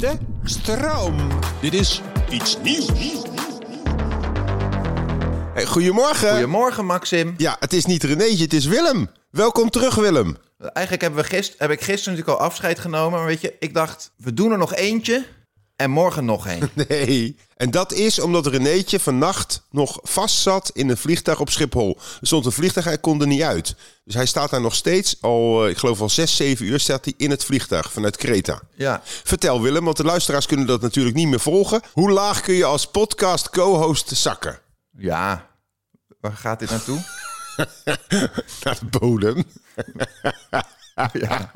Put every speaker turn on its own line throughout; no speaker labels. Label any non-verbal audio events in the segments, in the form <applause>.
De stroom.
Dit is iets nieuws.
Hey, goedemorgen.
Goedemorgen, Maxim.
Ja, het is niet Renéetje, het is Willem. Welkom terug, Willem.
Eigenlijk hebben we gist, heb ik gisteren natuurlijk al afscheid genomen. Maar weet je, ik dacht, we doen er nog eentje en morgen
<laughs>
nog één.
Nee. En dat is omdat Renéetje vannacht nog vast zat in een vliegtuig op Schiphol. Er stond een vliegtuig, hij kon er niet uit. Dus hij staat daar nog steeds, al, eh, ik geloof al 6, 7 uur staat hij in het vliegtuig vanuit Kreta.
Ja.
Vertel Willem, want de luisteraars kunnen dat natuurlijk niet meer volgen. Hoe laag kun je als podcast co-host zakken?
Ja, waar gaat dit naartoe?
Naar de bodem. <laughs>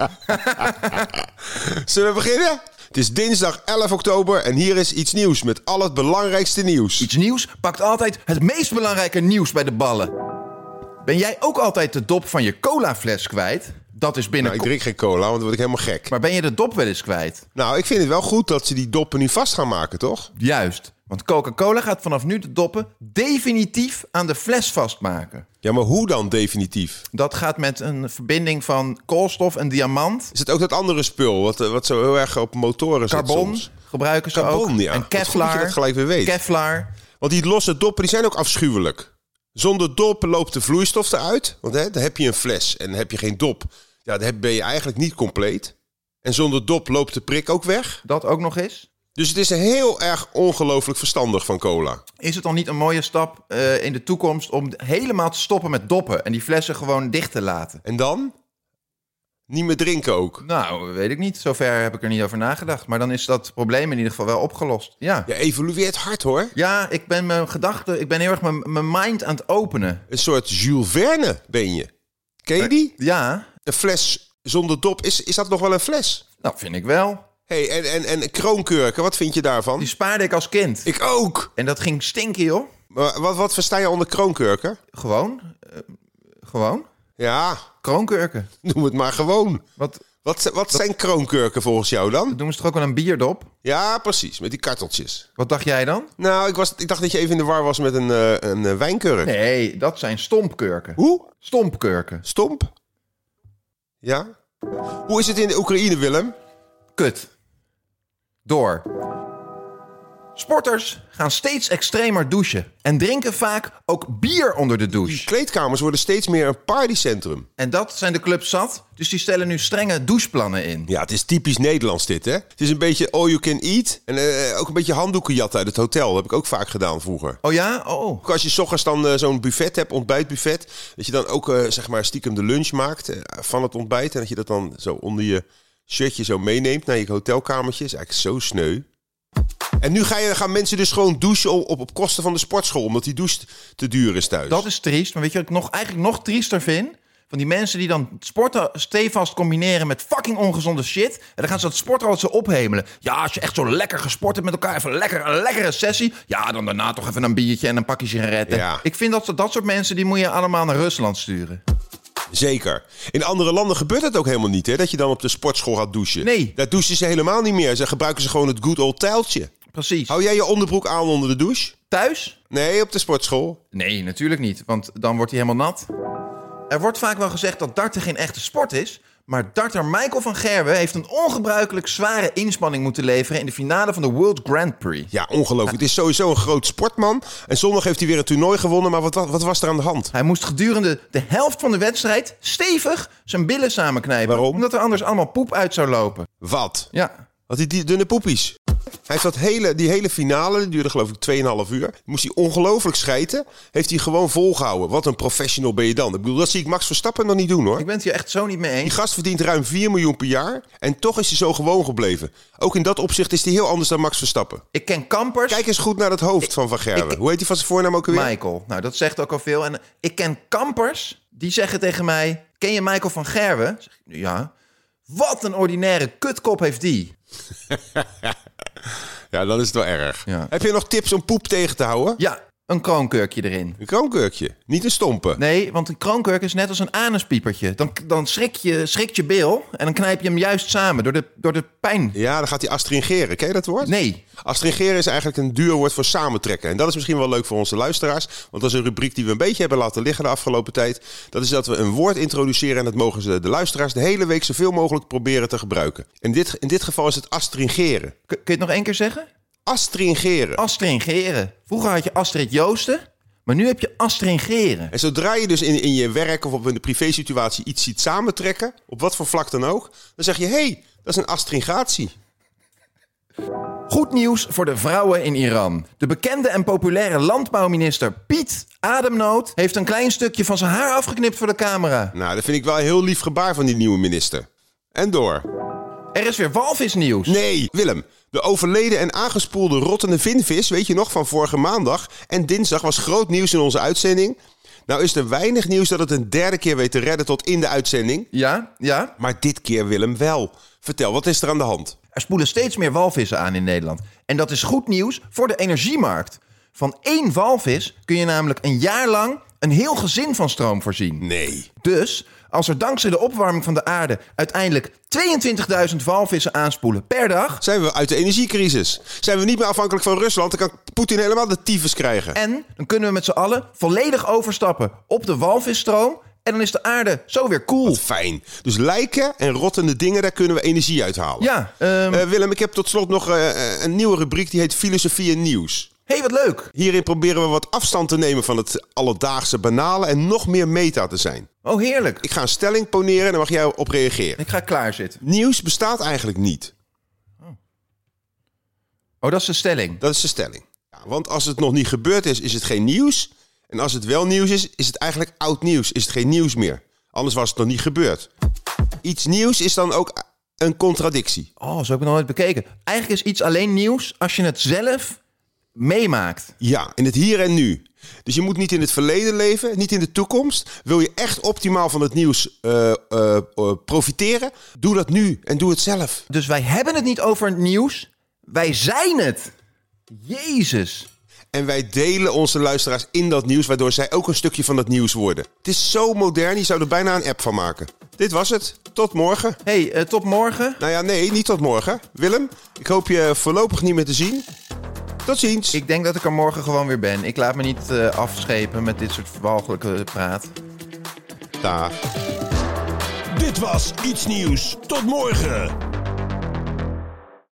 Zullen we beginnen? Het is dinsdag 11 oktober en hier is iets nieuws met al het belangrijkste nieuws.
Iets nieuws pakt altijd het meest belangrijke nieuws bij de ballen. Ben jij ook altijd de dop van je colafles kwijt? Dat is binnen.
Nou, ik drink geen cola, want dan word ik helemaal gek.
Maar ben je de dop wel eens kwijt?
Nou, ik vind het wel goed dat ze die doppen nu vast gaan maken, toch?
Juist. Want Coca-Cola gaat vanaf nu de doppen definitief aan de fles vastmaken.
Ja, maar hoe dan definitief?
Dat gaat met een verbinding van koolstof en diamant.
Is het ook dat andere spul, wat, eh, wat zo heel erg op motoren zit
Carbon
soms?
gebruiken ze
Carbon,
ook.
ja.
En
Wat goed
Kevlar.
dat je dat gelijk weer weet.
Kevlar.
Want die losse doppen die zijn ook afschuwelijk. Zonder dop loopt de vloeistof eruit. Want hè, dan heb je een fles en heb je geen dop. Ja, dan heb- ben je eigenlijk niet compleet. En zonder dop loopt de prik ook weg.
Dat ook nog eens.
Dus het is heel erg ongelooflijk verstandig van cola.
Is het dan niet een mooie stap eh, in de toekomst om helemaal te stoppen met doppen en die flessen gewoon dicht te laten?
En dan? Niet meer drinken ook.
Nou, weet ik niet. Zover heb ik er niet over nagedacht. Maar dan is dat probleem in ieder geval wel opgelost. Ja, ja.
Je evolueert hard hoor.
ik ben mijn gedachten, ik ben heel erg mijn, mijn mind aan het openen.
Een soort Jules Verne ben je. Ken je die?
Ja,
Een fles zonder dop, is, is dat nog wel een fles?
dat Nou, vind ik wel.
hey, en, en, en kroonkurken, wat vind je daarvan?
Die spaarde ik als kind.
Ik ook!
En dat ging stinken, joh.
Maar wat, wat versta je onder kroonkurken?
Gewoon. eh, gewoon.
Ja, <laughs>
Kroonkurken.
Noem het maar gewoon.
Wat,
Wat, z- wat zijn kroonkurken volgens jou dan?
doen ze toch ook wel een bierdop?
Ja, precies, met die karteltjes.
Wat dacht jij dan?
Nou, ik, was, ik dacht dat je even in de war was met een, eh, een eh, wijnkurk.
Nee, dat zijn stompkurken.
Hoe?
Stompkurken.
Stomp? Ja? Hoe is het in de Oekraïne, Willem?
Kut. Door. Sporters gaan steeds extremer douchen en drinken vaak ook bier onder de
Die
douche.
kleedkamers worden steeds meer een partycentrum.
En dat zijn de clubs zat, dus die stellen nu strenge doucheplannen in.
Ja, het is typisch Nederlands dit, hè? Het is een beetje all you can eat. En eh, ook een beetje handdoeken jatten uit het hotel. Dat heb ik ook vaak gedaan vroeger.
Oh ja? Oh.
Ook als je 's ochtends dan eh, zo'n buffet hebt, ontbijtbuffet, dat je dan ook eh, zeg maar stiekem de lunch maakt eh, van het ontbijt. En dat je dat dan zo onder je shirtje zo meeneemt naar je hotelkamertje. Is eigenlijk zo sneu. En nu ga je, gaan mensen dus gewoon douchen op, op, op kosten van de sportschool, omdat die douche te duur is thuis.
Dat is triest, maar weet je wat ik nog, eigenlijk nog triester vind? Van die mensen die dan sporten stevast combineren met fucking ongezonde shit. En dan gaan ze dat sporten altijd zo ophemelen. Ja, als je echt zo lekker gesport hebt met elkaar, even lekker, een lekkere sessie. Ja, dan daarna toch even een biertje en een pakje sigaretten.
Ja.
Ik vind dat dat soort mensen, die moet je allemaal naar Rusland sturen.
Zeker. In andere landen gebeurt dat ook helemaal niet, hè? Dat je dan op de sportschool gaat douchen.
Nee.
Daar douchen ze helemaal niet meer. Ze gebruiken ze gewoon het good old tijltje.
Precies.
Hou jij je onderbroek aan onder de douche?
Thuis?
Nee, op de sportschool.
Nee, natuurlijk niet, want dan wordt hij helemaal nat. Er wordt vaak wel gezegd dat darten geen echte sport is, Maar darter Michael van Gerwen heeft een ongebruikelijk zware inspanning moeten leveren in de finale van de World Grand Prix.
Ja, ongelooflijk. Het is sowieso een groot sportman. En zondag heeft hij weer een toernooi gewonnen. Maar wat, wa- wat was er aan de hand?
Hij moest gedurende de helft van de wedstrijd stevig zijn billen samenknijpen.
Waarom?
Omdat er anders allemaal poep uit zou lopen.
Wat?
Ja.
Had hij die dunne poepies? Hij heeft dat hele, die hele finale, die duurde geloof ik 2,5 uur. Moest hij ongelooflijk schijten. Heeft hij gewoon volgehouden. Wat een professional ben je dan. Ik bedoel, dat zie ik Max Verstappen nog niet doen hoor.
Ik ben het hier echt zo niet mee
Die
eens.
gast verdient ruim 4 miljoen per jaar. En toch is hij zo gewoon gebleven. Ook in dat opzicht is hij heel anders dan Max Verstappen.
Ik ken kampers.
Kijk eens goed naar het hoofd van Van Gerwen. Hoe heet hij van zijn voornaam ook alweer?
Michael. Nou, dat zegt ook al veel. En ik ken kampers die zeggen tegen mij: Ken je Michael van Gerwen? Zeg ik, ja. Wat een ordinaire kutkop heeft die.
Ja, dat is het wel erg.
Ja.
Heb je nog tips om poep tegen te houden?
Ja, een kroonkurkje erin.
Een kroonkurkje. Niet een stompen.
Nee, want een kroonkurk is net als een anuspiepertje. Dan, dan schrik, je, schrikt je bil en dan knijp je hem juist samen door de, door de pijn.
Ja, dan gaat hij astringeren. Ken je dat woord?
Nee.
Astringeren is eigenlijk een duur woord voor samentrekken. En dat is misschien wel leuk voor onze luisteraars. Want dat is een rubriek die we een beetje hebben laten liggen de afgelopen tijd. Dat is dat we een woord introduceren. En dat mogen ze de luisteraars de hele week zoveel mogelijk proberen te gebruiken. In dit, in dit geval is het astringeren.
Kun, kun je het nog één keer zeggen? Oh.
Astringeren.
Astringeren. Vroeger had je Astrid Joosten, maar nu heb je astringeren.
En zodra je dus in, in je werk of op in de privésituatie iets ziet samentrekken, op wat voor vlak dan ook, dan zeg je: hé, hey, dat is een astringatie.
Goed nieuws voor de vrouwen in Iran. De bekende en populaire landbouwminister Piet Ademnoot heeft een klein stukje van zijn haar afgeknipt voor de camera.
Nou, dat vind ik wel een heel lief gebaar van die nieuwe minister. En door.
Er is weer walvisnieuws.
Nee, Willem. De overleden en aangespoelde rottende vinvis, weet je nog, van vorige maandag en dinsdag was groot nieuws in onze uitzending. Nou is er weinig nieuws dat het een derde keer weet te redden tot in de uitzending.
Ja, ja.
Maar dit keer, Willem, wel. Vertel, wat is er aan de hand?
Er spoelen steeds meer walvissen aan in Nederland. En dat is goed nieuws voor de energiemarkt. Van één walvis kun je namelijk een jaar lang een heel gezin van stroom voorzien.
Nee.
Dus als er dankzij de opwarming van de aarde uiteindelijk 22.000 walvissen aanspoelen per dag.
Zijn we uit de energiecrisis? Zijn we niet meer afhankelijk van Rusland? Dan kan Poetin helemaal de tyfus krijgen.
En dan kunnen we met z'n allen volledig overstappen op de walvisstroom. En dan is de aarde zo weer cool.
Fijn. Dus lijken en rottende dingen, daar kunnen we energie uithalen.
Ja, ehm,
Eh, Willem, ik heb tot slot nog eh, eh, een nieuwe rubriek die heet Filosofie en Nieuws.
hey, wat leuk.
Hierin proberen we wat afstand te nemen van het alledaagse banale en nog meer meta te zijn.
Oh, heerlijk.
Ik ga een stelling poneren en dan mag jij op reageren.
Ik ga klaarzitten.
Nieuws bestaat eigenlijk niet.
Oh, dat is de stelling.
Dat is de stelling. Ja, want als het nog niet gebeurd is, is het geen nieuws. En als het wel nieuws is, is het eigenlijk oud nieuws. Is het geen nieuws meer. Anders was het nog niet gebeurd. Iets nieuws is dan ook een contradictie.
Oh, zo heb ik het nog nooit bekeken. Eigenlijk is iets alleen nieuws als je het zelf meemaakt.
Ja, in het hier en nu. Dus je moet niet in het verleden leven, niet in de toekomst. Wil je echt optimaal van het nieuws eh, eh, eh, profiteren? Doe dat nu en doe het zelf.
Dus wij hebben het niet over het nieuws. Wij zijn het. Jezus.
En wij delen onze luisteraars in dat nieuws, waardoor zij ook een stukje van dat nieuws worden. Het is zo modern, je zou er bijna een app van maken. Dit was het. Tot morgen.
hey, eh, tot morgen.
Nou ja, nee, niet tot morgen. Willem, ik hoop je voorlopig niet meer te zien. Tot ziens.
Ik denk dat ik er morgen gewoon weer ben. Ik laat me niet eh, afschepen met dit soort walgelijke praat.
Daag.
Dit was Iets Nieuws. Tot morgen.